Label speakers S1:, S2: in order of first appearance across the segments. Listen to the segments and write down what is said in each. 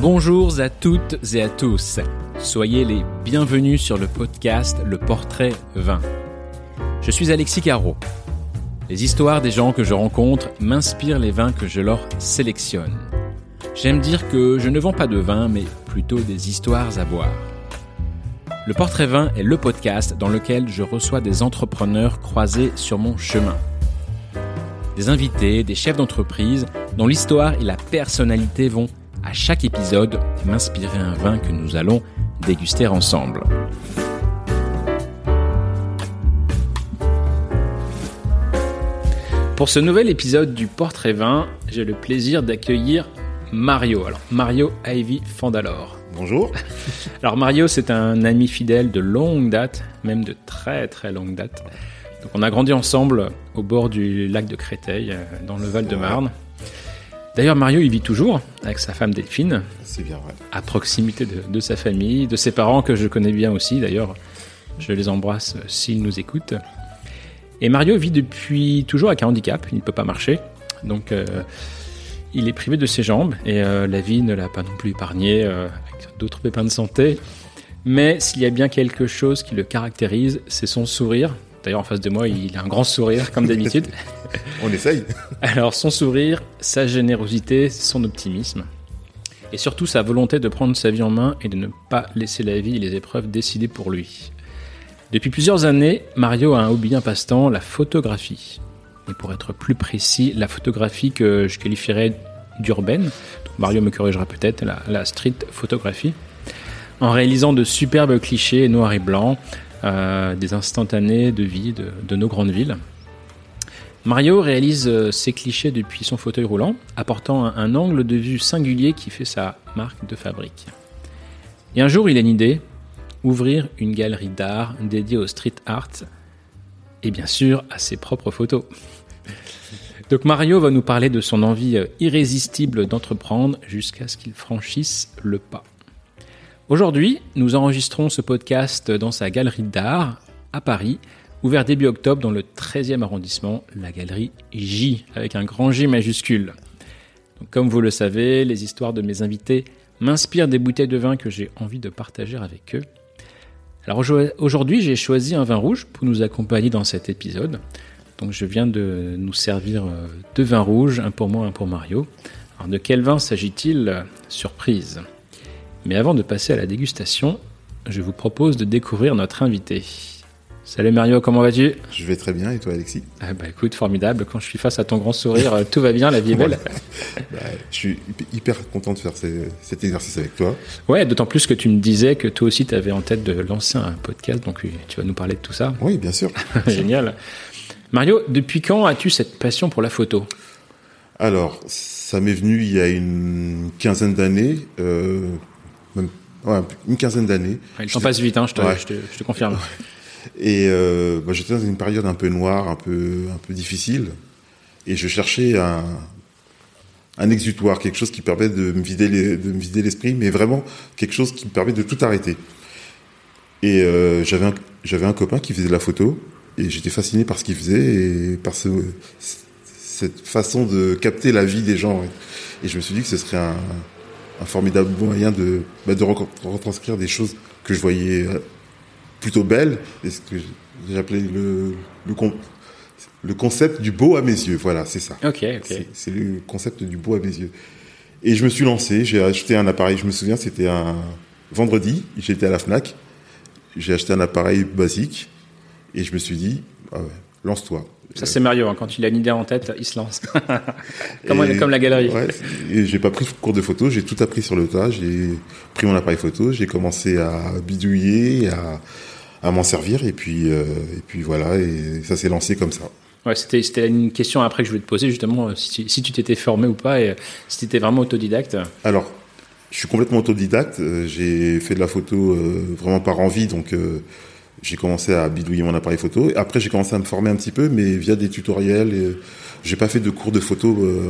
S1: Bonjour à toutes et à tous. Soyez les bienvenus sur le podcast Le Portrait Vin. Je suis Alexis Caro. Les histoires des gens que je rencontre m'inspirent les vins que je leur sélectionne. J'aime dire que je ne vends pas de vin, mais plutôt des histoires à boire. Le Portrait Vin est le podcast dans lequel je reçois des entrepreneurs croisés sur mon chemin. Des invités, des chefs d'entreprise dont l'histoire et la personnalité vont, à chaque épisode, m'inspirer un vin que nous allons déguster ensemble. Pour ce nouvel épisode du Portrait Vin, j'ai le plaisir d'accueillir Mario. Alors, Mario Ivy Fandalor.
S2: Bonjour.
S1: Alors Mario, c'est un ami fidèle de longue date, même de très très longue date. Donc, on a grandi ensemble au bord du lac de Créteil, euh, dans le Val-de-Marne. D'ailleurs, Mario, il vit toujours avec sa femme Delphine,
S2: C'est bien vrai.
S1: à proximité de, de sa famille, de ses parents que je connais bien aussi. D'ailleurs, je les embrasse euh, s'ils nous écoutent. Et Mario vit depuis toujours avec un handicap, il ne peut pas marcher. Donc, euh, il est privé de ses jambes et euh, la vie ne l'a pas non plus épargné euh, avec d'autres pépins de santé. Mais s'il y a bien quelque chose qui le caractérise, c'est son sourire. D'ailleurs, en face de moi, il a un grand sourire, comme d'habitude.
S2: On essaye.
S1: Alors, son sourire, sa générosité, son optimisme. Et surtout sa volonté de prendre sa vie en main et de ne pas laisser la vie et les épreuves décider pour lui. Depuis plusieurs années, Mario a un hobby, un passe-temps, la photographie. Et pour être plus précis, la photographie que je qualifierais d'urbaine. Donc, Mario me corrigera peut-être, la, la street photographie. En réalisant de superbes clichés noirs et blancs, euh, des instantanés de vie de- de nos grandes villes. Mario réalise euh, ses clichés depuis son fauteuil roulant, apportant un, un angle de vue singulier qui fait sa marque de fabrique. Et un jour, il a une idée ouvrir une galerie d'art dédiée au street art et bien sûr à ses propres photos. Donc Mario va nous parler de son envie euh, irrésistible d'entreprendre jusqu'à ce qu'il franchisse le pas. Aujourd'hui, nous enregistrons ce podcast dans sa galerie d'art à Paris, ouvert début octobre dans le 13e arrondissement, la galerie J, avec un grand J majuscule. Donc, comme vous le savez, les histoires de mes invités m'inspirent des bouteilles de vin que j'ai envie de partager avec eux. Alors aujo- aujourd'hui, j'ai choisi un vin rouge pour nous accompagner dans cet épisode. Donc je viens de nous servir euh, deux vins rouges, un pour moi, un pour Mario. Alors de quel vin s'agit-il Surprise. Mais avant de passer à la dégustation, je vous propose de découvrir notre invité. Salut Mario, comment vas-tu
S2: Je vais très bien et toi Alexis
S1: ah Bah écoute, formidable. Quand je suis face à ton grand sourire, euh, tout va bien, la vie est belle.
S2: Bah, Je suis hyp- hyper content de faire ce- cet exercice avec toi.
S1: Ouais, d'autant plus que tu me disais que toi aussi, tu avais en tête de lancer un podcast, donc euh, tu vas nous parler de tout ça.
S2: Oui, bien sûr.
S1: Génial. Mario, depuis quand as-tu cette passion pour la photo
S2: Alors, ça m'est venu il y a une quinzaine d'années, euh, même ouais, une quinzaine d'années.
S1: Ouais, Le temps passe vite, hein, je, te,
S2: Ouais.
S1: je te- je te confirme.
S2: Et euh, bah, j'étais dans une période un peu noire, un peu, un peu difficile. Et je cherchais un, un exutoire, quelque chose qui permet de me vider les- de me vider l'esprit, mais vraiment quelque chose qui me permet de tout arrêter. Et euh, j'avais un, j'avais un copain qui faisait de la photo, et j'étais fasciné par ce qu'il faisait, et par ce, cette façon de capter la vie des gens. Et je me suis dit que ce serait un, un formidable moyen de, bah, de recon- retranscrire des choses que je voyais euh, plutôt belle, et ce que j'appelais le, le, con- le concept du beau à mes yeux. Voilà, c'est ça.
S1: Ok, ok.
S2: C'est- C'est le concept du beau à mes yeux. Et je me suis lancé, j'ai acheté un appareil, je me souviens, c'était un vendredi, j'étais à la FNAC, j'ai acheté un appareil basique, et je me suis dit, ah ouais, lance-toi.
S1: Ça, c'est Mario, hein, quand il a une idée en tête, il se lance. comme,
S2: Et-
S1: comme la galerie.
S2: Ouais, et j'ai pas pris de cours de photo, j'ai tout appris sur le tas, j'ai pris mon appareil photo, j'ai commencé à bidouiller, à, à m'en servir, et puis, euh, et puis voilà, et ça s'est lancé comme ça.
S1: Ouais, c'était, c'était une question après que je voulais te poser, justement, euh, si, tu- si tu t'étais formé ou pas, et euh, si tu étais vraiment autodidacte.
S2: Alors, je suis complètement autodidacte, euh, j'ai fait de la photo euh, vraiment par envie, donc euh, j'ai commencé à bidouiller mon appareil photo. Après, j'ai commencé à me former un petit peu, mais via des tutoriels, et j'ai pas fait de cours de photo euh,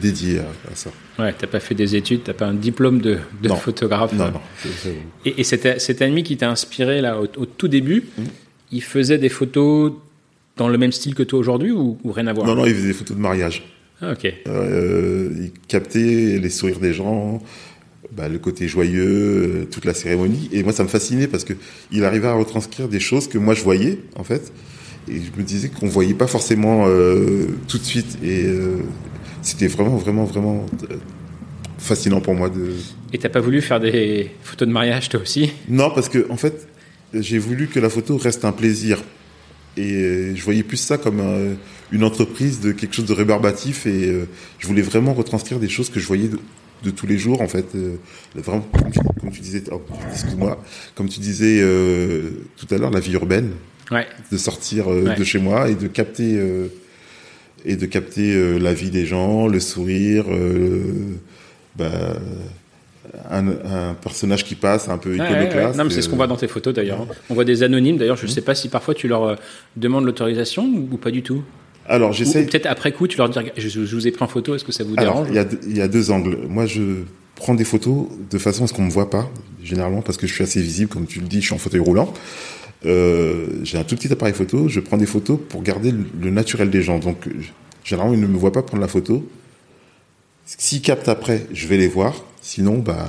S2: dédiés à, à ça.
S1: Ouais, t'as pas fait des études, t'as pas un diplôme de, de
S2: Non.
S1: photographe.
S2: Non, non. c'est- c'est-
S1: Et, et cet, cet ami qui t'a inspiré là au, au tout début,
S2: Mm.
S1: il faisait des photos dans le même style que toi aujourd'hui ou, ou rien à voir
S2: Non, non, il faisait des photos de mariage.
S1: Ah, ok.
S2: Euh, il captait les sourires des gens, bah, le côté joyeux, euh, toute la cérémonie. Et moi, ça me fascinait parce que il arrivait à retranscrire des choses que moi je voyais en fait, et je me disais qu'on voyait pas forcément euh, tout de suite. Et euh, c'était vraiment, vraiment, vraiment euh, fascinant pour moi de.
S1: Et t'as pas voulu faire des photos de mariage toi aussi
S2: Non, parce que en fait, j'ai voulu que la photo reste un plaisir. Et euh, je voyais plus ça comme euh, une entreprise de quelque chose de rébarbatif. Et euh, je voulais vraiment retranscrire des choses que je voyais de, de tous les jours, en fait. Euh, vraiment, comme tu, comme tu disais, oh, excuse-moi, comme tu disais euh, tout à l'heure, la vie urbaine
S1: Ouais.
S2: de sortir euh,
S1: Ouais.
S2: de chez moi et de capter euh, et de capter euh, la vie des gens, le sourire, euh, bah, un, un personnage qui passe un peu
S1: Ouais, ouais,
S2: iconoclaste.
S1: ouais. Non, mais c'est ce qu'on voit
S2: euh, Mm.
S1: dans tes photos d'ailleurs. On voit des anonymes d'ailleurs. Je sais pas si parfois tu leur euh, demandes l'autorisation ou, ou pas du tout.
S2: Alors
S1: Ou, ou
S2: j'essaie.
S1: peut-être après coup, tu leur dis Regarde, je, je vous ai pris en photo, est-ce que ça vous
S2: Alors
S1: dérange
S2: il y a deux- il y a deux angles. Moi je prends des photos de façon à ce qu'on me voit pas généralement parce que je suis assez visible comme tu le dis. Je suis en fauteuil roulant. Euh, j'ai un tout petit appareil photo, je prends des photos pour garder le, le naturel des gens. Donc, euh, généralement, ils ne me voient pas prendre la photo. S'ils captent après, je vais les voir. Sinon, bah,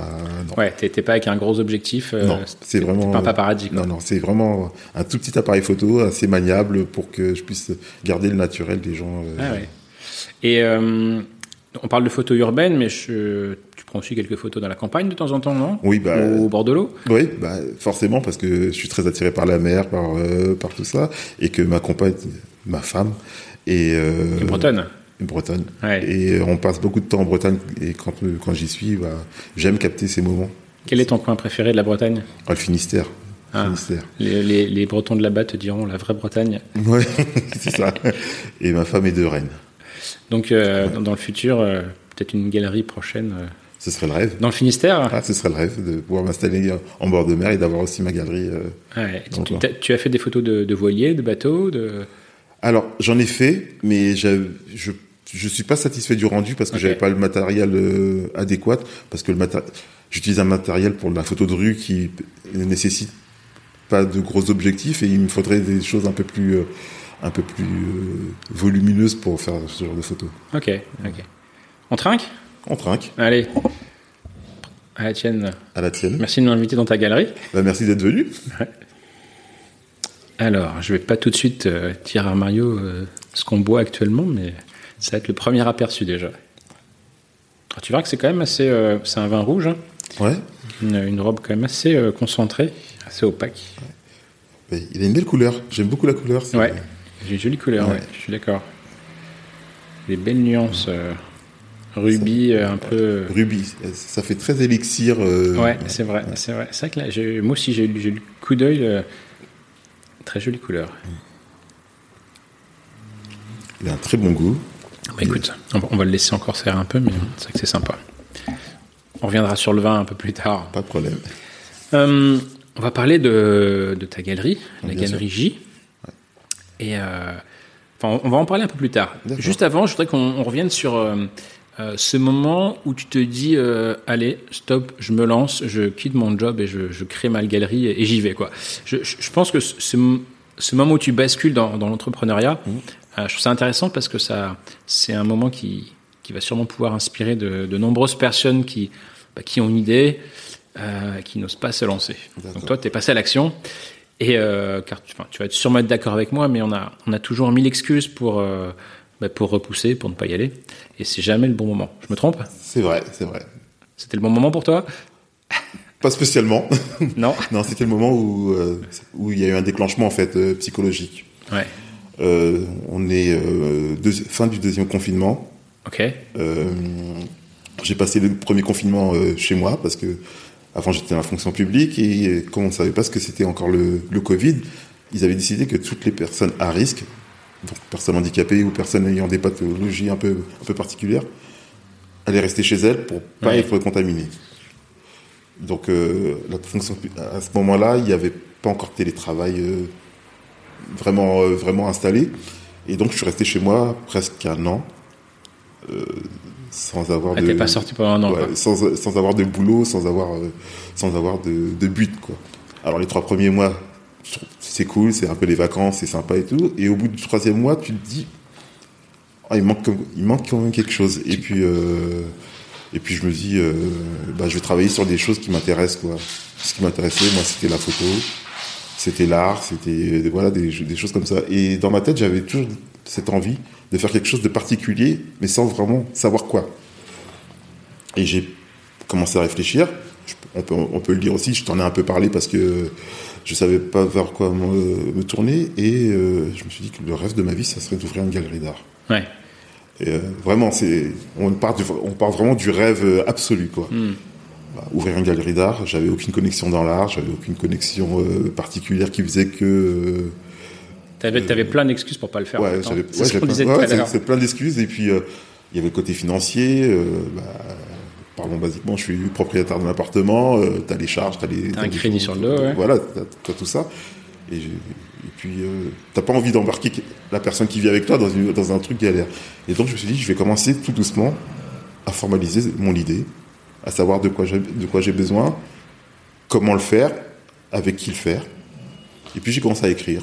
S2: non.
S1: Ouais, t'es t'es pas avec un gros objectif. euh,
S2: Non, c'est
S1: t'es-
S2: vraiment-
S1: t'es pas un paparazzi. quoi.
S2: Non, non, c'est vraiment un tout petit appareil photo, assez maniable pour que je puisse garder le naturel des gens. euh.
S1: Ah ouais. Et euh, on parle de photos urbaines, mais je- tu prends aussi quelques photos dans la campagne de temps en temps, non
S2: Oui, bah,
S1: Au bord de l'eau
S2: Oui, bah forcément parce que je suis très attiré par la mer, par euh, par tout ça, et que ma compagne, ma femme, est euh,
S1: Une Bretonne.
S2: une Bretonne.
S1: Ouais.
S2: Et euh, on passe beaucoup de temps en Bretagne. Et quand euh, quand j'y suis, bah, j'aime capter ces moments.
S1: Quel est ton coin préféré de la Bretagne
S2: Ah, le Finistère. Le
S1: Ah.
S2: Finistère.
S1: les, les- les Bretons de là-bas te diront la vraie Bretagne.
S2: Ouais, c'est ça. Et ma femme est de Rennes.
S1: Donc, euh, dans, dans le futur, euh, peut-être une galerie prochaine euh,
S2: Ce serait le rêve.
S1: dans le Finistère.
S2: Ah, ce serait le rêve de pouvoir m'installer en bord de mer et d'avoir aussi ma galerie. euh.
S1: Ouais. Tu-
S2: D'accord.
S1: t'as- Tu as fait des photos de, de voiliers, de bateaux, de.
S2: Alors, j'en ai fait, mais je, je, je suis pas satisfait du rendu parce que
S1: Ok.
S2: j'avais pas le matériel euh, adéquat. Parce que le maté- j'utilise un matériel pour la photo de rue qui ne nécessite pas de gros objectifs et il me faudrait des choses un peu plus, euh, un peu plus euh, volumineuses pour faire ce genre de photos.
S1: Ok, ok. On trinque
S2: On trinque
S1: Allez. À la tienne.
S2: à la tienne.
S1: Merci de m'inviter dans ta galerie.
S2: Bah, merci d'être venu.
S1: Alors, je vais pas tout de suite euh, dire à Mario euh, ce qu'on boit actuellement, mais ça va être le premier aperçu déjà. Alors, tu verras que c'est quand même assez. euh, c'est un vin rouge, hein.
S2: Ouais.
S1: une, une robe quand même assez euh, concentrée, assez opaque.
S2: Mais Il a une belle couleur. J'aime beaucoup la couleur. c'est-
S1: Ouais, j'ai une jolie couleur, ouais,
S2: Ouais.
S1: je suis d'accord. Des belles nuances. euh, rubis, euh, un peu. euh,
S2: Rubis. Ça fait très élixir. euh,
S1: Ouais, c'est vrai, c'est vrai. C'est vrai que là, j'ai- moi aussi, j'ai eu j'ai eu le coup d'œil. euh, très jolie couleur.
S2: Il a un très bon goût.
S1: Bah, écoute, on va, on va le laisser encore serrer un peu,
S2: Mhm.
S1: mais c'est vrai que c'est sympa. On reviendra sur le vin un peu plus tard.
S2: Pas de problème.
S1: Euh, on va parler de, de ta galerie, la
S2: Bien sûr.
S1: galerie J. Et euh, enfin, on va en parler un peu plus tard.
S2: D'accord.
S1: Juste avant, je voudrais qu'on on revienne sur euh, euh, ce moment où tu te dis euh, allez, stop, je me lance, je quitte mon job et je, je crée ma galerie et, et j'y vais quoi. Je, je- je pense que ce- ce, ce moment où tu bascules dans, dans l'entrepreneuriat,
S2: Mmh.
S1: euh, je trouve ça intéressant parce que ça, c'est un moment qui, qui va sûrement pouvoir inspirer de, de nombreuses personnes qui, bah, qui ont une idée, euh, qui n'osent pas se lancer.
S2: D'accord.
S1: Donc toi, tu es passé à l'action. Et euh, car tu, enfin, tu vas sûrement être d'accord avec moi, mais on a, on a toujours mille excuses pour, euh, bah, pour repousser, pour ne pas y aller. Et c'est jamais le bon moment. Je me trompe
S2: C'est vrai, c'est vrai.
S1: C'était le bon moment pour toi
S2: Pas spécialement.
S1: Non
S2: non, c'était le moment où, euh, où il y a eu un déclenchement en fait euh, psychologique.
S1: Ouais.
S2: Euh, on est euh, deux- fin du deuxième confinement.
S1: Ok. Ah,
S2: Euh, j'ai passé le premier confinement euh, chez moi parce que avant j'étais dans la fonction publique et euh, comme on ne savait pas ce que c'était encore le, le Covid, ils avaient décidé que toutes les personnes à risque, donc personnes handicapées ou personnes ayant des pathologies un peu, un peu particulières, allaient rester chez elles pour pas
S1: Ouais.
S2: être contaminées. Donc euh, la fonction pu- à ce moment-là, il n'y avait pas encore de télétravail euh, vraiment, euh, vraiment installé. Et donc je suis resté chez moi presque un an euh, sans avoir
S1: Ah,
S2: de
S1: t'es pas sorti pendant un an.
S2: Ouais,
S1: quoi.
S2: sans, sans avoir de boulot, sans avoir, euh, sans avoir de, de but. Quoi. Alors les trois premiers mois, je trouve que c'est cool, c'est un peu les vacances, c'est sympa et tout. Et au bout du troisième mois, tu te dis, Ah, il, manque, comme- il manque quand même quelque chose. Et puis, euh, Et puis je me dis, euh, bah, je vais travailler sur des choses qui m'intéressent, quoi. Ce qui m'intéressait, moi, c'était la photo, c'était l'art, c'était euh, voilà des, des choses comme ça. Et dans ma tête, j'avais toujours cette envie de faire quelque chose de particulier, mais sans vraiment savoir quoi. Et j'ai commencé à réfléchir. Je- on, peut, on peut le dire aussi, je t'en ai un peu parlé parce que je savais pas vers quoi me, me tourner. Et euh, je me suis dit que le rêve de ma vie, ça serait d'ouvrir une galerie d'art.
S1: Ouais.
S2: Et, euh, vraiment, c'est on part, du- on part vraiment du rêve euh, absolu, quoi. Bah, ouvrir une galerie d'art, j'avais aucune connexion dans l'art, j'avais aucune connexion euh, particulière qui faisait que. euh,
S1: T'avais t'avais plein d'excuses pour pas le faire. en
S2: ouais,
S1: même temps.
S2: j'avais,
S1: C'est
S2: ouais,
S1: ce qu'on
S2: j'avais-
S1: disait
S2: ouais,
S1: tout à
S2: c'est-
S1: l'heure.
S2: c'est plein d'excuses. Et puis, euh, il y avait le côté financier. euh, bah, parlons basiquement, je suis propriétaire d'un appartement, euh, t'as les charges, t'as les.
S1: T'as un crédit sur le dos, ouais.
S2: Voilà, t'as, t'as tout ça. Et, j'ai- et puis, euh, t'as pas envie d'embarquer la personne qui vit avec toi dans, une- dans un truc galère. Et donc, je me suis dit, je vais commencer tout doucement à formaliser mon idée, à savoir de quoi j'ai, de quoi j'ai besoin, comment le faire, avec qui le faire. Et puis, j'ai commencé à écrire.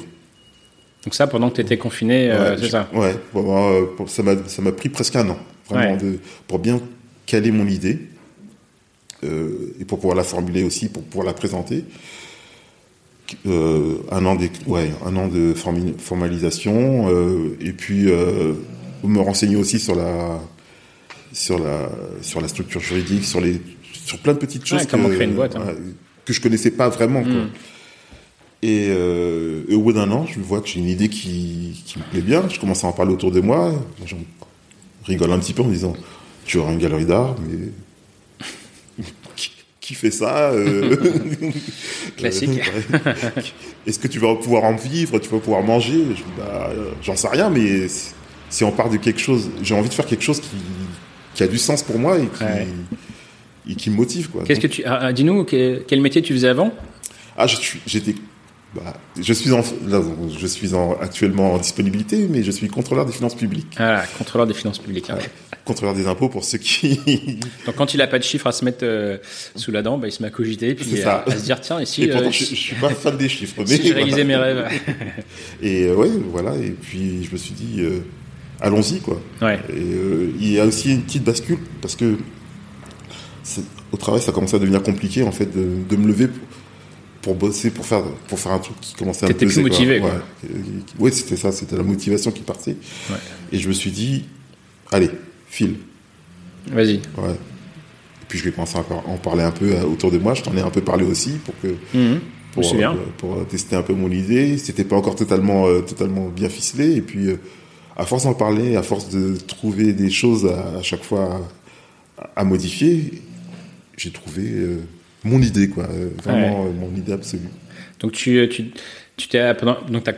S1: Donc ça, pendant que t'étais confiné, euh,
S2: Ouais,
S1: c'est
S2: je-
S1: ça.
S2: Ouais, vraiment, euh, pour- ça m'a ça m'a pris presque un an, vraiment,
S1: Ouais.
S2: de, pour bien caler mon idée euh, et pour pouvoir la formuler aussi, pour pouvoir la présenter. Euh, un an d'éc- ouais, un an de formi- formalisation euh, et puis euh, me renseigner aussi sur la sur la sur la structure juridique, sur les sur plein de petites choses
S1: Ouais, comment créer une boîte, hein.
S2: ouais, euh, que je connaissais pas vraiment.
S1: Hmm.
S2: Quoi. Et, euh, et au bout d'un an, je vois que j'ai une idée qui, qui me plaît bien. Je commence à en parler autour de moi. Les gens rigolent un petit peu en disant Tu auras une galerie d'art, mais. qui- Qui fait ça euh,
S1: Classique.
S2: Euh, ouais. Est-ce que tu vas pouvoir en vivre Tu vas pouvoir manger Je dis, Bah, euh, J'en sais rien, mais si- si on part de quelque chose, j'ai envie de faire quelque chose qui, qui a du sens pour moi et qui,
S1: Ouais.
S2: et qui me motive. quoi.
S1: Qu'est-ce que tu ah, ah, Dis-nous que- quel métier tu faisais avant
S2: Ah, je suis, j'étais, bah, je suis en, là, je suis en, actuellement en disponibilité, mais je suis contrôleur des finances publiques,
S1: Ah, contrôleur des finances publiques. hein.
S2: contrôleur des impôts pour ceux qui.
S1: Donc quand il a pas de chiffres à se mettre euh, sous la dent, bah, il se met à cogiter puis
S2: C'est
S1: à,
S2: ça.
S1: à se dire tiens, et si,
S2: et pourtant,
S1: euh,
S2: je, je
S1: si
S2: suis pas fan des chiffres, mais
S1: si je réalisais
S2: voilà.
S1: mes rêves
S2: Et euh, ouais, voilà. Et puis je me suis dit, euh, allons-y quoi.
S1: Ouais.
S2: Et euh, il y a aussi une petite bascule parce que c'est- au travail, ça commençait à devenir compliqué en fait de, de me lever pour, pour bosser, pour faire, pour faire un truc qui commençait à me
S1: T'étais plus
S2: peser. quoi.
S1: motivé, quoi.
S2: Ouais. Euh, Oui, c'était ça, c'était la motivation qui partait.
S1: Ouais.
S2: Et je me suis dit, allez, file.
S1: Vas-y.
S2: Ouais. Et puis je vais commencer à par- en parler un peu euh, autour de moi. Je t'en ai un peu parlé aussi pour que
S1: Mhm. Je me
S2: pour,
S1: souviens.
S2: euh, pour, euh, tester un peu mon idée. C'était pas encore totalement, euh, totalement bien ficelé. Et puis, euh, à force d'en parler, à force de trouver des choses à, à chaque fois à, à modifier, j'ai trouvé euh, mon idée, quoi. Euh, Vraiment euh, mon idée absolue.
S1: Donc tu tu tu t'es pendant donc t'as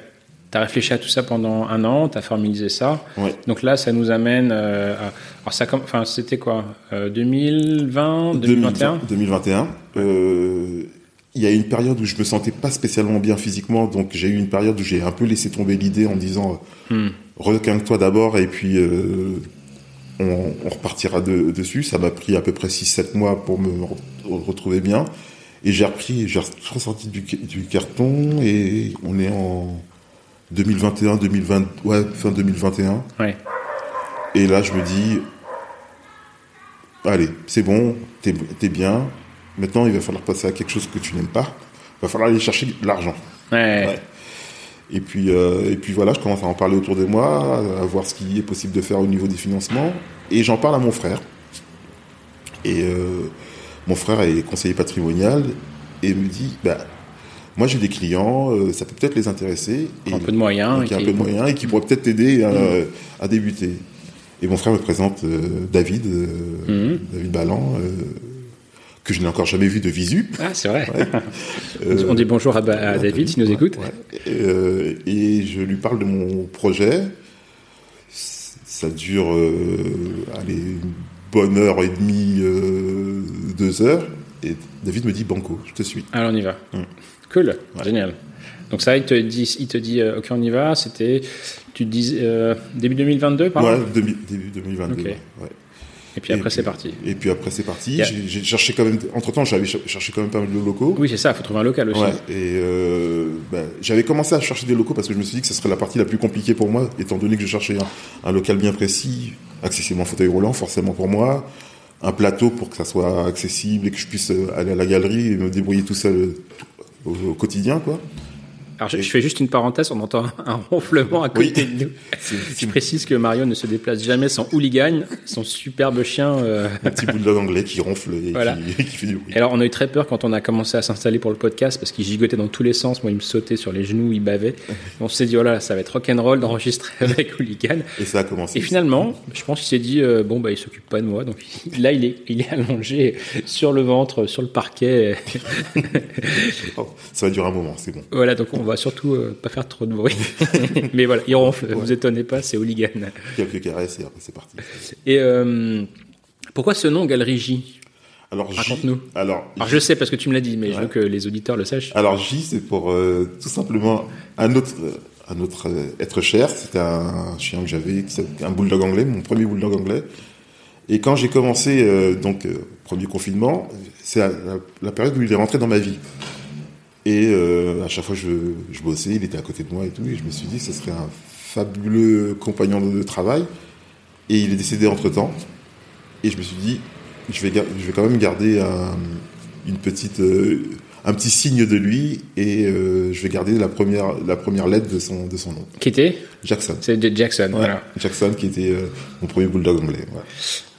S1: as réfléchi à tout ça pendant un an, t'as formalisé ça.
S2: Ouais.
S1: Donc là, ça nous amène euh, à alors ça comme enfin c'était quoi euh, 2020 2021
S2: 2021. Euh, il y a eu une période où je me sentais pas spécialement bien physiquement, donc j'ai eu une période où j'ai un peu laissé tomber l'idée en me disant euh,
S1: Hmm.
S2: requinque-toi d'abord et puis euh, on, on repartira de- dessus. Ça m'a pris à peu près 6-7 mois pour me re- retrouver bien. Et j'ai repris, j'ai ressorti du, du carton et on est en 2021, 2020, ouais, fin 2021.
S1: Ouais.
S2: Et là, je me dis, allez, c'est bon, t'es t'es bien. Maintenant, il va falloir passer à quelque chose que tu n'aimes pas. Il va falloir aller chercher de l'argent.
S1: Ouais.
S2: Ouais. Et puis, euh, et puis voilà, je commence à en parler autour de moi, à voir ce qui est possible de faire au niveau des financements. Et j'en parle à mon frère. Et euh, mon frère est conseiller patrimonial et me dit, bah, moi j'ai des clients, euh, ça peut peut-être les intéresser. Et
S1: Un peu de moyens.
S2: donc, il y a un
S1: et
S2: peu
S1: qui-
S2: de moyens et qui pourrait peut-être t'aider euh, à, débuter. Et mon frère me présente euh, David, euh,
S1: Mhm.
S2: David Ballan, euh, que je n'ai encore jamais vu de visu.
S1: Ah, c'est vrai.
S2: Euh,
S1: On dit bonjour à, Ba- à
S2: à
S1: David s'il nous
S2: ouais,
S1: écoute.
S2: ouais. Et, euh, et je lui parle de mon projet. C- Ça dure euh, allez, une bonne heure et demie, euh, deux heures. Et David me dit Banco, je te suis.
S1: Alors on y va.
S2: Mm.
S1: Cool,
S2: Ouais.
S1: génial. Donc ça, il te dit, il te dit euh, ok, on y va. C'était, tu te dis euh, début 2022, pardon.
S2: Ouais, demi- début 2022.
S1: Ok.
S2: ouais.
S1: Et puis après, c'est parti.
S2: Et puis après, c'est parti.
S1: Yeah.
S2: J'ai- J'ai cherché quand même. Entre temps, j'avais cher- cherché quand même pas mal de locaux.
S1: Oui, c'est ça. Il faut trouver un local aussi.
S2: Ouais, et euh, ben, j'avais commencé à chercher des locaux parce que je me suis dit que ce serait la partie la plus compliquée pour moi, étant donné que je cherchais un, un local bien précis, accessible en fauteuil roulant, forcément pour moi, un plateau pour que ça soit accessible et que je puisse euh, aller à la galerie et me débrouiller tout seul au, au quotidien, quoi.
S1: Alors, je, je, fais juste une parenthèse, on entend un ronflement à côté oui. de nous. Je précise que Mario ne se déplace jamais sans hooligan, son superbe chien. Euh...
S2: Un petit bulldog anglais qui ronfle et voilà. qui, qui, fait du bruit.
S1: Alors, on a eu très peur quand on a commencé à s'installer pour le podcast parce qu'il gigotait dans tous les sens. Moi, il me sautait sur les genoux, il bavait. on s'est dit, oh là, ça va être rock'n'roll d'enregistrer avec hooligan.
S2: Et ça a commencé.
S1: Et finalement, je pense qu'il s'est dit, euh, bon, bah, il s'occupe pas de moi. Donc, là, il est, il est allongé sur le ventre, sur le parquet.
S2: oh, ça va durer un moment, c'est bon.
S1: Voilà, donc on on va surtout euh, pas faire trop de bruit. Mais voilà, il ronfle, ouais. vous étonnez pas, c'est hooligan.
S2: Quelques caresses et après c'est parti.
S1: Et euh, pourquoi ce nom, Galerie J
S2: alors,
S1: Raconte-nous.
S2: Alors,
S1: alors je sais parce que tu me l'as dit, mais Ah, ouais. je veux que les auditeurs le sachent.
S2: Alors J, c'est pour euh, tout simplement un autre, euh, un autre être cher. C'était un chien que j'avais, un bulldog anglais, mon premier bulldog anglais. Et quand j'ai commencé, euh, donc, premier confinement, c'est la, la période où il est rentré dans ma vie. Et euh, à chaque fois que je, je, bossais, il était à côté de moi et tout. Et je me suis dit que ce serait un fabuleux compagnon de travail. Et il est décédé entre-temps. Et je me suis dit, je vais, je vais quand même garder un, une petite, euh, un petit signe de lui. Et euh, je vais garder la première, la première lettre de son, de son nom.
S1: Qui était
S2: Jackson.
S1: C'est Jackson, ouais, voilà.
S2: Jackson qui était euh, mon premier bulldog anglais. Ouais.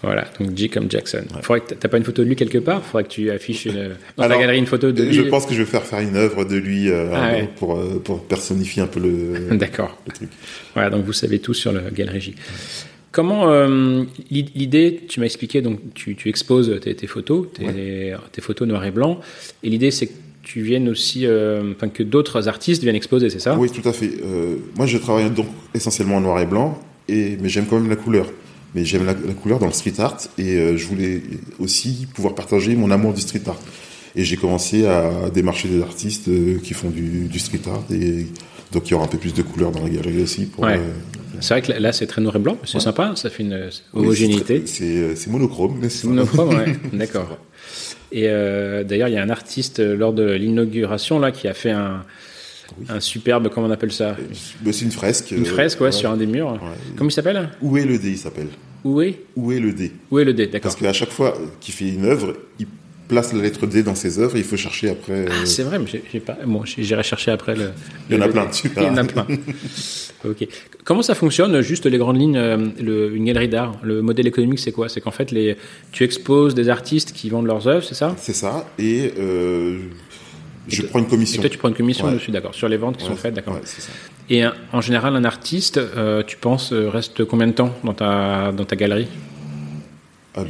S1: Voilà, donc J comme Jackson. Ouais. Faudrait que t'as pas une photo de lui quelque part Faudrait que tu affiches une, dans Alors, ta galerie une photo de lui.
S2: Je pense que je vais faire faire une œuvre de lui euh, ah ouais. pour, pour personnifier un peu le.
S1: D'accord.
S2: Le truc.
S1: Voilà, donc vous savez tout sur le Galerie J. Comment euh, l'idée Tu m'as expliqué donc tu, tu exposes tes, tes photos, tes, ouais. tes, photos noir et blanc, et l'idée c'est que tu viennes aussi, enfin euh, que d'autres artistes viennent exposer, c'est ça
S2: Oui, tout à fait. Euh, moi, je travaille donc essentiellement en noir et blanc, et mais j'aime quand même la couleur mais j'aime la, la, couleur dans le street art et euh, je voulais aussi pouvoir partager mon amour du street art. Et j'ai commencé à démarcher des artistes euh, qui font du, du, street art et donc il y aura un peu plus de couleurs dans la galerie aussi.
S1: Ouais. Euh, c'est vrai que là c'est très noir et blanc, c'est ouais. sympa, ça fait une homogénéité.
S2: Oui, c'est monochrome.
S1: C'est monochrome, ouais. D'accord. Et euh, d'ailleurs il y a un artiste euh, lors de l'inauguration là qui a fait un, oui. un superbe, comment on appelle ça
S2: Euh, C'est une fresque. euh,
S1: Une fresque, ouais, ouais. sur un des murs. Ouais. Comment il s'appelle
S2: Où est le dé, il s'appelle.
S1: Où est
S2: Où est le dé
S1: Où est le dé, d'accord.
S2: Parce qu'à chaque fois qu'il fait une œuvre, il place la lettre D dans ses œuvres, et il faut chercher après.
S1: Ah, c'est vrai, mais j'ai pas. Bon, j'irai chercher après le.
S2: Il y
S1: le
S2: en a plein, tu
S1: Il y en a plein. ok. Comment ça fonctionne, juste les grandes lignes, euh, le, une galerie d'art Le modèle économique, c'est quoi C'est qu'en fait, les, tu exposes des artistes qui vendent leurs œuvres, c'est ça
S2: C'est ça, et. Euh, je prends une
S1: Et
S2: commission.
S1: toi, tu prends une commission dessus, d'accord, sur les ventes qui ouais, sont faites, d'accord.
S2: Ouais, ça.
S1: Et un, en général, un artiste, euh, tu penses, reste combien de temps dans ta, dans ta galerie
S2: Allez,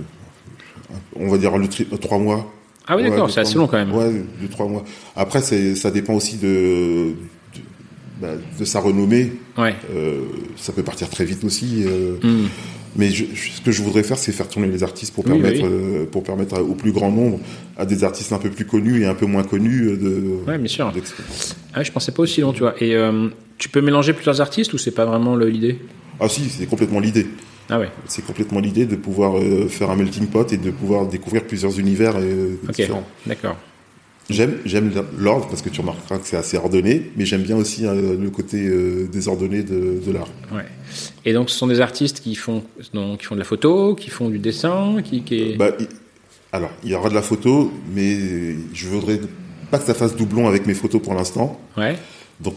S2: On va dire le tri, euh, trois mois.
S1: Ah oui, ouais, d'accord, c'est assez long quand même.
S2: Ouais, deux, trois mois. Après, ça dépend aussi de, de, bah, de sa renommée.
S1: Ouais. Hmm.
S2: Euh, ça peut partir très vite aussi. Euh, mm. Mais je, ce que je voudrais faire, c'est faire tourner les artistes pour
S1: bah
S2: permettre, oui, oui. Euh, pour permettre au plus grand nombre, à des artistes un peu plus connus et un peu moins connus, euh, de.
S1: Ouais, bien sûr. Ah, je pensais pas aussi long, tu vois. Et euh, tu peux mélanger plusieurs artistes ou c'est pas vraiment l'idée
S2: Ah si, c'est complètement l'idée.
S1: Ah ouais.
S2: C'est complètement l'idée de pouvoir euh, faire un melting pot et de pouvoir découvrir plusieurs univers euh,
S1: Ok, D'accord.
S2: J'aime, j'aime l'ordre parce que tu remarqueras que c'est assez ordonné, mais j'aime bien aussi euh, le côté euh, désordonné de, de l'art.
S1: Ouais. Et donc, ce sont des artistes qui font, donc, qui font de la photo, qui font du dessin, qui. qui...
S2: Bah, alors, il y aura de la photo, mais je voudrais pas que ça fasse doublon avec mes photos pour l'instant.
S1: Ouais.
S2: Donc,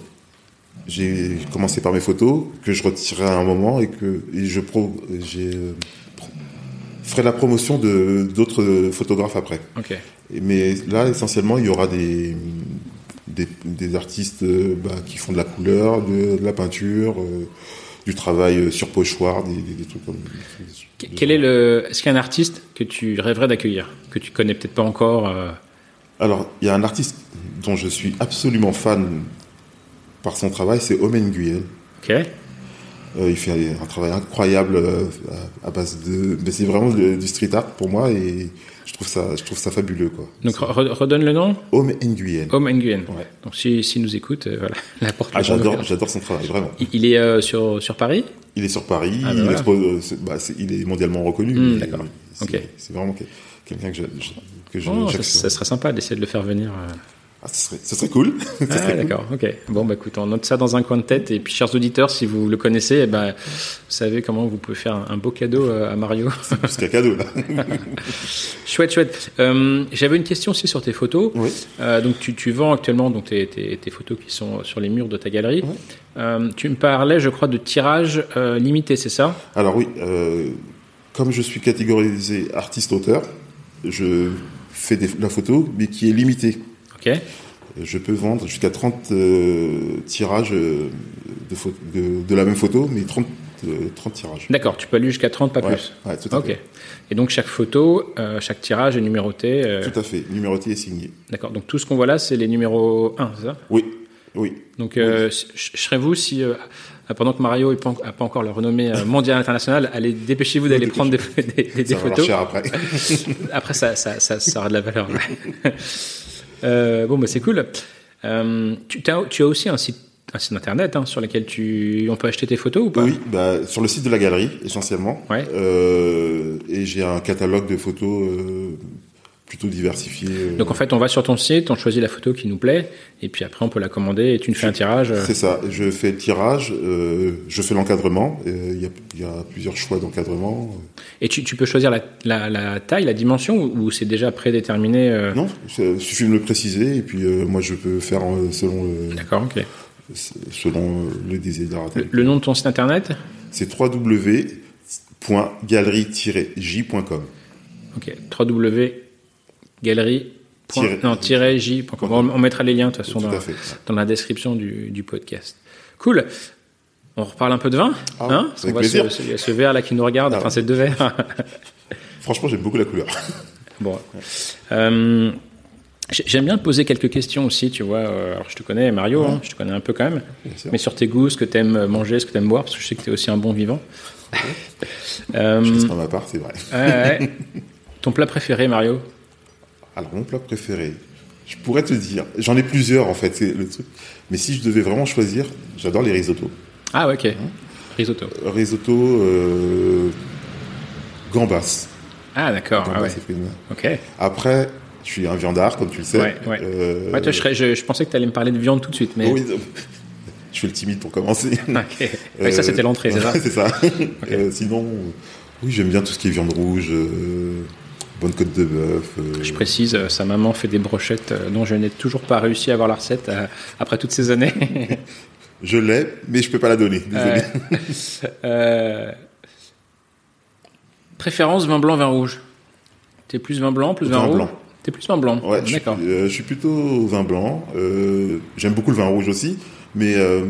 S2: j'ai commencé par mes photos que je retirerai à un moment et que et je pro, j'ai euh, ferai la promotion de d'autres photographes après.
S1: Okay.
S2: Mais là, essentiellement, il y aura des des, des artistes bah, qui font de la couleur, de, de la peinture, euh, du travail euh, sur pochoir, des, des, des trucs comme.
S1: Des, Quel est le Est-ce qu'il y a un artiste que tu rêverais d'accueillir, que tu connais peut-être pas encore euh...
S2: Alors, il y a un artiste dont je suis absolument fan par son travail, c'est Omen Guyel.
S1: Ok.
S2: Euh, il fait un, un travail incroyable euh, à, à, base de. Mais c'est vraiment de, du street art pour moi et je trouve ça, je trouve ça fabuleux quoi.
S1: Donc re redonne le nom.
S2: Homme Nguyen.
S1: Homme Nguyen.
S2: Ouais.
S1: Donc s'il si nous écoute, euh, voilà, la porte.
S2: Ah, j'adore, j'adore son travail vraiment.
S1: Il, il est euh, sur sur Paris.
S2: Il est sur Paris. Ah, ben il, voilà. est, bah, est, il, est, mondialement reconnu.
S1: Mmh, D'accord. Ok.
S2: C'est vraiment quelqu'un que je, que je
S1: oh, ça, ça serait sympa d'essayer de le faire venir.
S2: Ah, ce, serait, ce serait cool. Ce
S1: Ah,
S2: serait cool.
S1: d'accord, ok. Bon, bah écoute, on note ça dans un coin de tête. Et puis, chers auditeurs, si vous le connaissez, eh ben, vous savez comment vous pouvez faire un, un beau cadeau euh, à Mario.
S2: C'est plus qu'un cadeau, là.
S1: chouette, chouette. Euh, J'avais une question aussi sur tes photos.
S2: Oui.
S1: Euh, donc, tu, tu vends actuellement donc, tes, tes- tes photos qui sont sur les murs de ta galerie.
S2: Ouais.
S1: Euh, tu me parlais, je crois, de tirage euh, limité, c'est ça
S2: Alors oui, euh, comme je suis catégorisé artiste-auteur, je fais des- la photo, mais qui est limitée.
S1: Ok.
S2: Je peux vendre jusqu'à 30 euh, tirages euh, de, pho- de- de la même photo, mais 30, euh, 30 tirages.
S1: D'accord, tu peux aller jusqu'à 30, pas
S2: Ouais,
S1: plus.
S2: ouais, tout à
S1: Ok.
S2: fait.
S1: Et donc, chaque photo, euh, chaque tirage est numéroté. euh,
S2: Tout à fait, numéroté et signé.
S1: D'accord, donc tout ce qu'on voit là, c'est les numéros 1, c'est ça
S2: Oui, oui.
S1: Donc, euh, je je serais vous si, euh, ah, pendant que Mario n'a pas, en- a pas encore la renommée euh, mondiale internationale, allez, dépêchez-vous d'aller prendre des, des- des- des
S2: Ça va hein.
S1: photos.
S2: valoir cher après.
S1: Après, ça, ça, ça, ça aura de la valeur. Euh, bon, bah, c'est cool. Euh, tu, t'as- tu as aussi un site, un site internet hein, sur lequel tu, on peut acheter tes photos ou pas
S2: oui, bah, sur le site de la galerie, essentiellement.
S1: Ouais.
S2: Euh, et j'ai un catalogue de photos euh, plutôt diversifié. euh,
S1: Donc, en fait, on va sur ton site, on choisit la photo qui nous plaît, et puis après, on peut la commander et tu nous fais un tirage. euh,
S2: C'est ça, je fais le tirage, euh, je fais l'encadrement, euh, il y, a, il y a plusieurs choix d'encadrement.
S1: Et tu, tu peux choisir la, la- la taille, la dimension ou, ou c'est déjà prédéterminé euh,
S2: Non, il suffit de me le préciser et puis euh, moi je peux faire euh, selon, euh,
S1: D'accord, ok.
S2: selon euh, le désir de la
S1: Le,
S2: rater.
S1: le nom de ton site internet
S2: C'est www.galerie-j.com.
S1: Ok, www.galerie.
S2: Tiré-
S1: Non, tiret J. point com. On, on mettra les liens de toute façon
S2: Tout
S1: dans,
S2: à fait.
S1: dans la description du, du podcast. Cool. On reparle un peu de vin,
S2: Ah,
S1: hein
S2: avec
S1: Parce qu'on voit
S2: plaisir.
S1: ce, ce- ce verre là qui nous regarde,
S2: Ah.
S1: enfin ces deux verres.
S2: Franchement, j'aime beaucoup la couleur.
S1: bon. Euh, j'ai- J'aime bien te poser quelques questions aussi, tu vois. Euh, Alors je te connais, Mario, hein, je te connais un peu quand même.
S2: sûr.
S1: Mais sur tes goûts, ce que t'aimes manger, ce que t'aimes boire, parce que je sais que t'es aussi un bon vivant. Euh,
S2: Je reste dans ma part, c'est vrai.
S1: ouais, ouais. Ton plat préféré, Mario
S2: Alors, mon plat préféré, je pourrais te dire, j'en ai plusieurs en fait, c'est le truc. Mais si je devais vraiment choisir, j'adore les risottos.
S1: Ah ouais, ok.
S2: Hein
S1: Risotto.
S2: Risotto euh, gambas.
S1: Ah d'accord.
S2: Gambas
S1: Ah ouais.
S2: et fruits de mer.
S1: Ok. Ouais,
S2: Après, je suis un viandard, comme tu le sais.
S1: Ouais, ouais.
S2: Euh,
S1: toi, je, serais- je- je pensais que tu allais me parler de viande tout de suite, mais.
S2: oui, je suis le timide pour commencer.
S1: Ok. Ouais, Ah ça,
S2: Euh,
S1: c'était l'entrée, c'est ça
S2: C'est ça. Euh, sinon, oui, j'aime bien tout ce qui est viande rouge, euh, bonne côte de bœuf. euh,
S1: Je précise, euh, sa maman fait des brochettes euh, dont je n'ai toujours pas réussi à avoir la recette euh, après toutes ces années.
S2: je l'ai, mais je peux pas la donner. Désolé.
S1: Euh, Préférence vin blanc, vin rouge. T'es plus vin blanc, plus vin,
S2: Vin
S1: rouge
S2: blanc.
S1: T'es plus vin blanc.
S2: Ouais, je, suis-
S1: D'accord.
S2: euh, je suis plutôt au vin blanc. euh, j'aime beaucoup le vin rouge aussi, mais euh,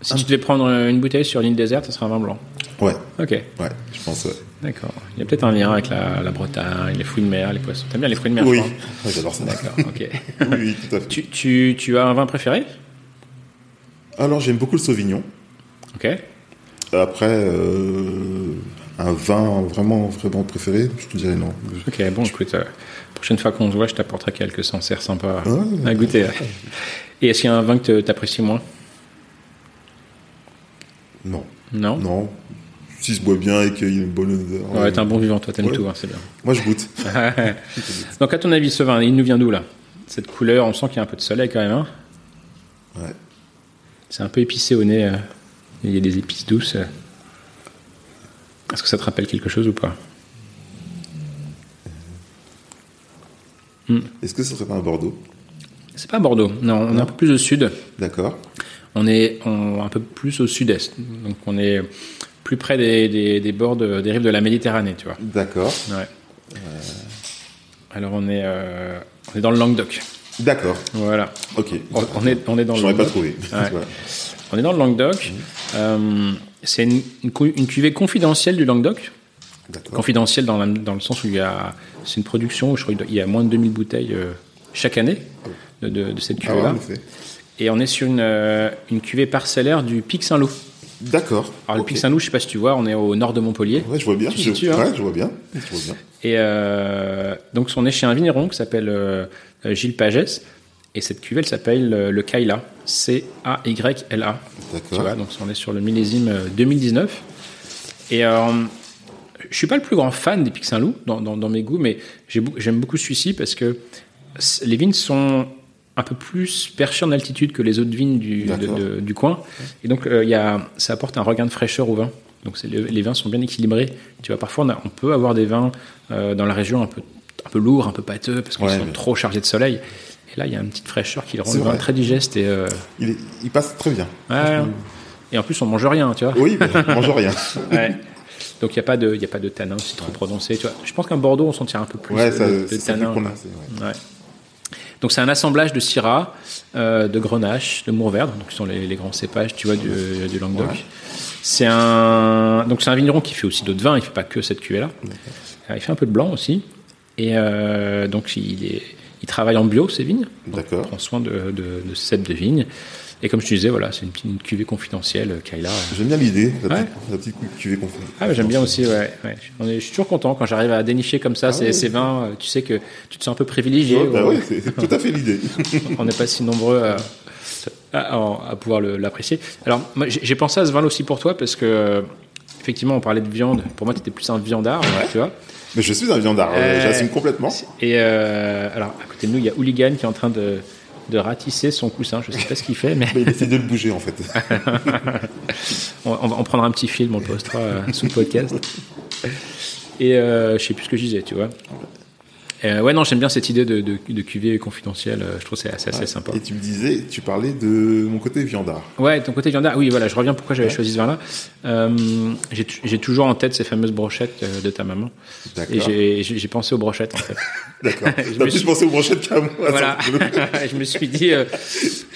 S1: Si tu devais prendre euh, une bouteille sur l'île déserte, ce serait un vin blanc.
S2: ouais,
S1: Ok.
S2: ouais, je pense. euh, ouais.
S1: D'accord. Il y a peut-être un lien avec la, la Bretagne, les fruits de mer, les poissons. T'aimes bien les fruits de mer, je
S2: oui,
S1: crois
S2: Ouais, j'adore ça.
S1: D'accord, ok.
S2: Oui, oui, tout à fait.
S1: tu, tu, tu as un vin préféré
S2: Alors, j'aime beaucoup le Sauvignon.
S1: Ok.
S2: Après, euh, un vin vraiment, vraiment préféré, je te dirais non.
S1: Ok, bon, écoute, euh, prochaine fois qu'on se voit, je t'apporterai quelques sancerres sympas
S2: Ah.
S1: à goûter. ouais. Et est-ce qu'il y a un vin que te- t'apprécies moins
S2: Non.
S1: Non,
S2: Non. Si se boit bien et qu'il y a une bonne odeur.
S1: Ouais, t'es un bon vivant, toi, t'aimes
S2: Ouais.
S1: tout, hein, c'est bien.
S2: Moi, je goûte.
S1: Donc, à ton avis, ce vin, il nous vient d'où, là Cette couleur, on sent qu'il y a un peu de soleil quand même, hein
S2: Ouais.
S1: C'est un peu épicé au nez. euh. Il y a des épices douces. euh. Est-ce que ça te rappelle quelque chose ou pas
S2: Est-ce que ce serait pas un Bordeaux
S1: C'est pas Bordeaux. Non, on est un peu plus au sud.
S2: D'accord.
S1: On est on- un peu plus au sud-est. Donc, on est plus près des, des- des bords, de- des rives de la Méditerranée, tu vois.
S2: D'accord.
S1: Ouais. Alors on est, euh, on est dans le Languedoc.
S2: D'accord.
S1: Voilà.
S2: Ok.
S1: On, on est, on est dans
S2: Je
S1: le
S2: l'aurais pas
S1: Languedoc.
S2: trouvé.
S1: Ouais.
S2: Voilà.
S1: On est dans le Languedoc. Euh, c'est une, une cu- une cuvée confidentielle du Languedoc.
S2: D'accord.
S1: Confidentielle dans, la- dans le sens où il y a, c'est une production, où je crois qu'il y a moins de 2000 bouteilles euh, chaque année de, de- de cette
S2: Ah ouais,
S1: cuvée-là.
S2: en effet.
S1: Et on est sur une, euh, une cuvée parcellaire du Pic Saint-Loup.
S2: D'accord.
S1: Alors Ah, le
S2: Ok.
S1: Pic Saint-Loup, je sais pas si tu vois, on est au nord de Montpellier.
S2: Ouais, je vois bien.
S1: Tu
S2: je...
S1: situes, hein
S2: ouais, je vois bien. Je vois bien.
S1: Et euh, donc, on est chez un vigneron qui s'appelle euh, euh, Gilles Pagès. Et cette cuvée, elle s'appelle euh, le Kaila. C-A-Y-L-A. Tu vois,
S2: D'accord.
S1: donc on est sur le millésime euh, 2019. Et euh, je suis pas le plus grand fan des Pics Saint-Loup dans, dans- dans mes goûts, mais j'ai beau- j'aime beaucoup celui-ci parce que c- les vignes sont un peu plus perché en altitude que les autres vignes du, de-
S2: D'accord.
S1: de- du coin. Et donc, euh, il y a, ça apporte un regain de fraîcheur au vin. Donc, c'est- le- les vins sont bien équilibrés. Tu vois, parfois, on, a- on peut avoir des vins euh, dans la région un peu, un peu lourds, un peu pâteux, parce qu'ils
S2: Ouais,
S1: sont
S2: mais-
S1: trop chargés de soleil. Et là, il y a une petite fraîcheur qui rend
S2: C'est
S1: le vin
S2: vrai.
S1: très digeste. Et, euh,
S2: Il, est- il passe très bien.
S1: ouais. et en plus, on mange rien, tu vois.
S2: Oui, mais mange rien.
S1: Ouais. Donc il n'y a pas de, il y a pas de tanin aussi trop prononcé. Tu vois. Je pense qu'en Bordeaux, on s'en tient un peu plus
S2: Ouais,
S1: de-
S2: ça,
S1: de,
S2: c'est ça
S1: tanin.
S2: qu'on a, c'est- ouais.
S1: Ouais. Donc c'est un assemblage de Syrah, euh, de Grenache, de Mourvèdre, donc qui sont les, les grands cépages, tu vois, du, du Languedoc.
S2: Ouais.
S1: C'est un, donc c'est un vigneron qui fait aussi d'autres vins. Il fait pas que cette cuvée là. Il fait un peu de blanc aussi. Et euh, donc il est, il travaille en bio ces vignes. Donc,
S2: D'accord.
S1: il prend soin de, de, de ce cep de vigne. Et comme je te disais, voilà, c'est une petite une cuvée confidentielle, euh, Kayla.
S2: J'aime bien l'idée, la,
S1: Ouais.
S2: petite- la petite cuvée qu'on fait.
S1: Ah, mais j'aime bien aussi, ouais. ouais. On est- je suis toujours content quand j'arrive à dénicher comme ça ces,
S2: ouais.
S1: ces vins. euh, Tu sais que tu te sens un peu privilégié.
S2: Ouais, bah
S1: ouais.
S2: ouais, c'est c'est tout à fait l'idée.
S1: On n'est pas si nombreux à, à- à- à pouvoir le- l'apprécier. Alors, moi, j'ai j'ai pensé à ce vin-là aussi pour toi parce que, euh, effectivement, on parlait de viande. Pour moi, tu étais plus un viandard, tu vois.
S2: Mais je suis un viandard, euh,
S1: Euh,
S2: j'assume complètement.
S1: Et euh, alors, à côté de nous, il y a Hooligan qui est en train de, de ratisser son coussin. Je sais pas ce qu'il fait, mais
S2: Mais il essaie de le bouger en fait.
S1: Ah, on, on va- on prendra un petit film, on le postera euh, sous le podcast. Et euh, je sais plus ce que je disais, tu vois. Euh, ouais, non, j'aime bien cette idée de, de, de cuvée confidentielle. euh, Je trouve que c'est assez, assez sympa.
S2: Et tu me disais, tu parlais de mon côté viandard.
S1: Ouais, ton côté viandard. Oui, voilà, je reviens pourquoi j'avais choisi ce vin-là. Euh, j'ai tu- j'ai toujours en tête ces fameuses brochettes euh, de ta maman.
S2: D'accord.
S1: Et j'ai- j'ai j'ai pensé aux brochettes, en fait.
S2: D'accord.
S1: Je
S2: T'as
S1: me
S2: plus
S1: suis-
S2: pensé aux brochettes qu'à moi.
S1: voilà.
S2: sans doute.
S1: je me suis dit, euh,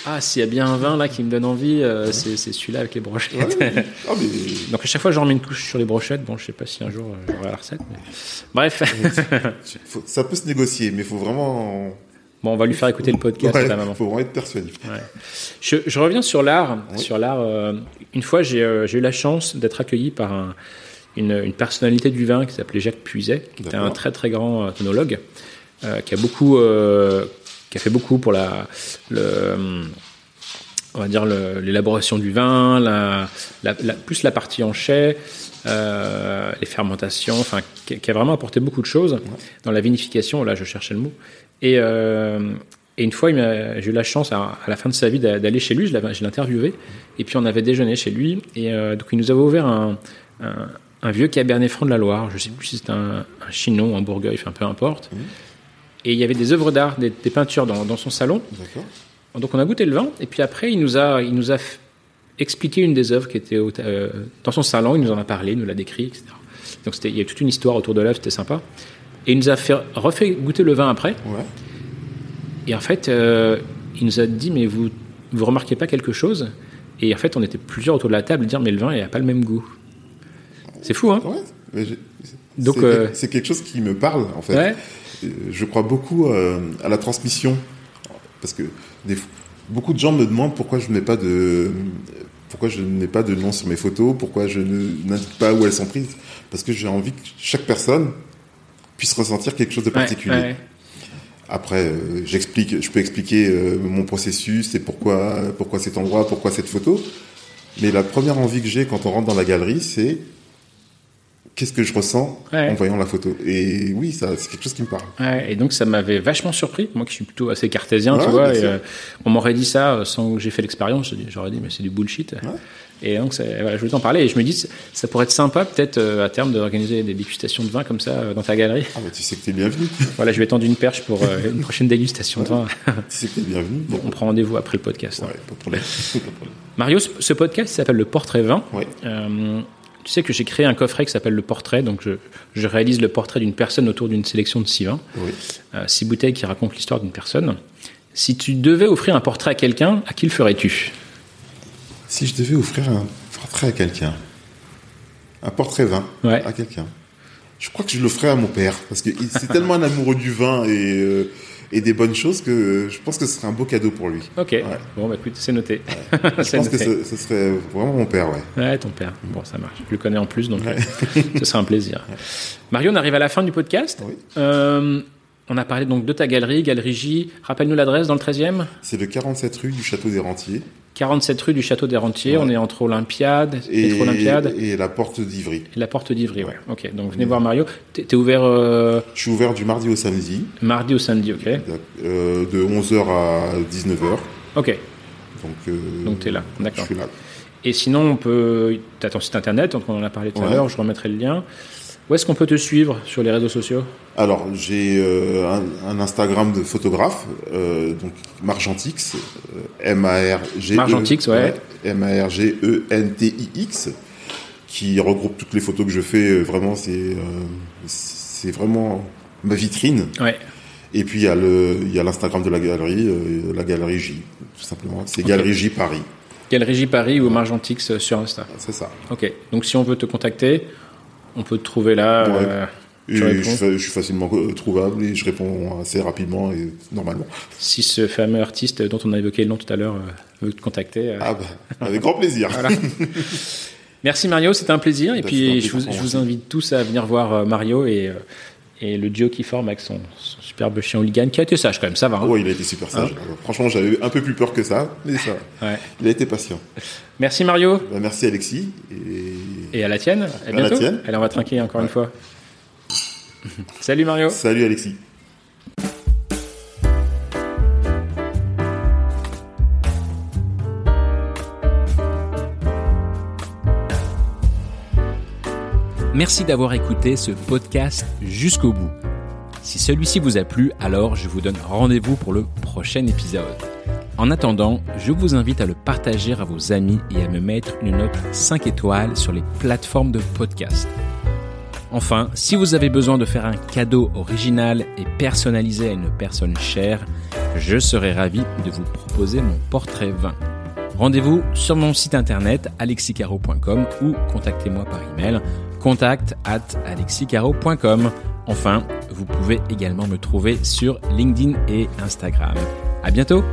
S1: ah, s'il y a bien un vin là qui me donne envie, euh, c'est c'est celui-là avec les brochettes.
S2: Ouais. Ah, mais
S1: Donc à chaque fois, j'en mets une couche sur les brochettes. Bon, je sais pas si un jour euh, j'aurai la recette. mais- Bref,
S2: faut- ça peut se négocier, mais il faut vraiment.
S1: bon, on va lui faire écouter le podcast à
S2: Ouais,
S1: ta maman.
S2: faut vraiment être persuasif.
S1: Je, je reviens sur l'art.
S2: Oui.
S1: Sur l'art. euh, une fois, j'ai euh, j'ai eu la chance d'être accueilli par un- une, une personnalité du vin qui s'appelait Jacques Puiset, qui était
S2: D'accord.
S1: un très très grand euh, œnologue, euh, qui a beaucoup, euh, qui a fait beaucoup pour la, le, hum, on va dire le- l'élaboration du vin, la, la- la- plus la partie en chai, euh, les fermentations, enfin, qui, qui a vraiment apporté beaucoup de choses dans la vinification. Là, je cherchais le mot. Et, euh, et une fois, il m'a- j'ai eu la chance à, à la fin de sa vie d'a- d'aller chez lui. Je l'avais- je l'ai interviewé. Et puis on avait déjeuné chez lui. Et euh, donc il nous avait ouvert un, un, un vieux Cabernet Franc de la Loire. Je sais plus si c'était un, un Chinon ou un Bourgueil, enfin peu importe. Et il y avait des œuvres d'art, des, des peintures dans, dans son salon.
S2: D'accord.
S1: Donc on a goûté le vin. Et puis après, il nous a, il nous a f- expliqué une des œuvres qui était au- euh, dans son salon. Il nous en a parlé, il nous l'a décrit, etc. Donc c'était- il y a toute une histoire autour de l'œuvre, c'était sympa. Et il nous a fait, refait goûter le vin après.
S2: Ouais.
S1: Et en fait, euh, il nous a dit, mais vous vous remarquez pas quelque chose Et en fait, on était plusieurs autour de la table à dire, mais le vin, il n'a pas le même goût. C'est fou, hein
S2: Ouais. Mais j'ai-
S1: Donc,
S2: c'est,
S1: euh,
S2: c'est quelque chose qui me parle en fait.
S1: Ouais.
S2: Euh, Je crois beaucoup euh, à la transmission parce que des f- beaucoup de gens me demandent pourquoi je n'ai pas de pourquoi je n'ai pas de nom sur mes photos, pourquoi je ne- n'indique pas où elles sont prises parce que j'ai envie que chaque personne puisse ressentir quelque chose de particulier.
S1: Ouais, ouais.
S2: Après, euh, j'explique, je peux expliquer euh, mon processus et pourquoi, pourquoi cet endroit, pourquoi cette photo. Mais la première envie que j'ai quand on rentre dans la galerie, c'est qu'est-ce que je ressens
S1: Ouais.
S2: en voyant la photo. Et oui, ça, c'est quelque chose qui me parle.
S1: Ouais, et donc ça m'avait vachement surpris, moi qui suis plutôt assez cartésien, tu
S2: Ouais,
S1: vois.
S2: bien
S1: et,
S2: sûr.
S1: euh, on m'aurait dit ça euh, sans que j'ai fait l'expérience, je dis- j'aurais dit mais c'est du bullshit. Et donc c'est- voilà, je voulais t'en parler et je me dis ça- ça pourrait être sympa peut-être euh, à terme d'organiser des dégustations de vin comme ça euh, dans ta galerie.
S2: Ah, bah, tu sais que t'es bienvenu.
S1: voilà, je vais tendre une perche pour euh, une prochaine dégustation de vin.
S2: tu sais que t'es bienvenu.
S1: Bon, on prend rendez-vous après le podcast. hein.
S2: Ouais, pas de problème. Pas de problème.
S1: Mario, ce- ce podcast s'appelle Le Portrait Vin.
S2: Ouais.
S1: Euh, tu sais que j'ai créé un coffret qui s'appelle Le Portrait, donc je, je réalise le portrait d'une personne autour d'une sélection de six vins.
S2: Oui.
S1: Euh, six bouteilles qui racontent l'histoire d'une personne. Si tu devais offrir un portrait à quelqu'un, à qui le ferais-tu
S2: Si je devais offrir un portrait à quelqu'un, un portrait vin
S1: Ouais.
S2: à quelqu'un, je crois que je le ferais à mon père, parce que il- c'est tellement un amoureux du vin et, euh, et des bonnes choses que euh, je pense que ce serait un beau cadeau pour lui.
S1: Ok,
S2: Ouais.
S1: bon bah écoute, c'est noté.
S2: Je
S1: c'est
S2: pense que
S1: noté.
S2: ce, ce serait vraiment mon père, ouais.
S1: Ouais, ton père. Bon, ça marche. Je le connais en plus, donc euh, ce sera un plaisir. Mario, on arrive à la fin du podcast.
S2: Oui.
S1: Euh, on a parlé donc de ta galerie, Galerie J. Rappelle-nous l'adresse dans le 13e
S2: C'est le 47 rue du Château des Rentiers,
S1: 47 rue du Château des Rentiers,
S2: Ouais.
S1: on est entre Olympiade, métro Olympiade
S2: et la porte d'Ivry.
S1: et la porte d'Ivry. Ouais.
S2: Ouais.
S1: Ok, donc venez voir Mario. T'es t'es ouvert euh,
S2: Je suis ouvert du mardi au samedi,
S1: mardi au samedi, ok
S2: euh, de 11h à 19h.
S1: Ok,
S2: Donc, euh,
S1: donc t'es là,
S2: je
S1: d'accord.
S2: suis là.
S1: Et sinon, on peut. T'as ton site internet, donc on en a parlé tout à
S2: Ouais.
S1: l'heure, je remettrai le lien. Où est-ce qu'on peut te suivre sur les réseaux sociaux
S2: Alors, j'ai euh, un, un Instagram de photographe, euh, donc Margentix, euh, M-A-R-G-E.
S1: Margentix, ouais.
S2: E M-A-R-G-E-N-T-I-X, qui regroupe toutes les photos que je fais. Euh, Vraiment, c'est euh, c'est vraiment ma vitrine.
S1: Ouais,
S2: Et puis, il y a le- il y a l'Instagram de la galerie, euh, la galerie J, tout simplement. C'est Galerie J Paris,
S1: Galerie J Paris ou Margentix euh, sur Insta.
S2: c'est ça.
S1: Ok, donc si on veut te contacter, on peut te trouver là.
S2: Ouais.
S1: euh,
S2: Et
S1: Tu
S2: je,
S1: réponds
S2: fais- je suis facilement euh, trouvable et je réponds assez rapidement et normalement.
S1: si ce fameux artiste dont on a évoqué le nom tout à l'heure euh, veut te contacter. euh.
S2: Ah bah, avec grand plaisir.
S1: Merci Mario, c'était un plaisir. Et
S2: Bah, c'était un
S1: puis je
S2: plaisir
S1: vous,
S2: pour
S1: je
S2: moi
S1: vous
S2: aussi.
S1: invite tous à venir voir euh, Mario et, euh, et le duo qu'il forme avec son, son superbe chien hooligan qui a été sage quand même, ça va. hein
S2: Ah Ouais, il a été super sage. Alors, Franchement, j'avais eu un peu plus peur que ça, mais ça,
S1: Ouais.
S2: il a été patient.
S1: Merci Mario
S2: Bah, merci Alexis. Et...
S1: et à la tienne. À
S2: la
S1: bientôt.
S2: tienne.
S1: Allez, on va trinquer encore une fois. Salut Mario.
S2: Salut Alexis.
S1: Merci d'avoir écouté ce podcast jusqu'au bout. Si celui-ci vous a plu, alors je vous donne rendez-vous pour le prochain épisode. En attendant, je vous invite à le partager à vos amis et à me mettre une note 5 étoiles sur les plateformes de podcast. Enfin, si vous avez besoin de faire un cadeau original et personnalisé à une personne chère, je serai ravi de vous proposer mon portrait vin. Rendez-vous sur mon site internet alexicaro.com ou contactez-moi par email contact at alexicaro.com. Enfin, vous pouvez également me trouver sur LinkedIn et Instagram. À bientôt!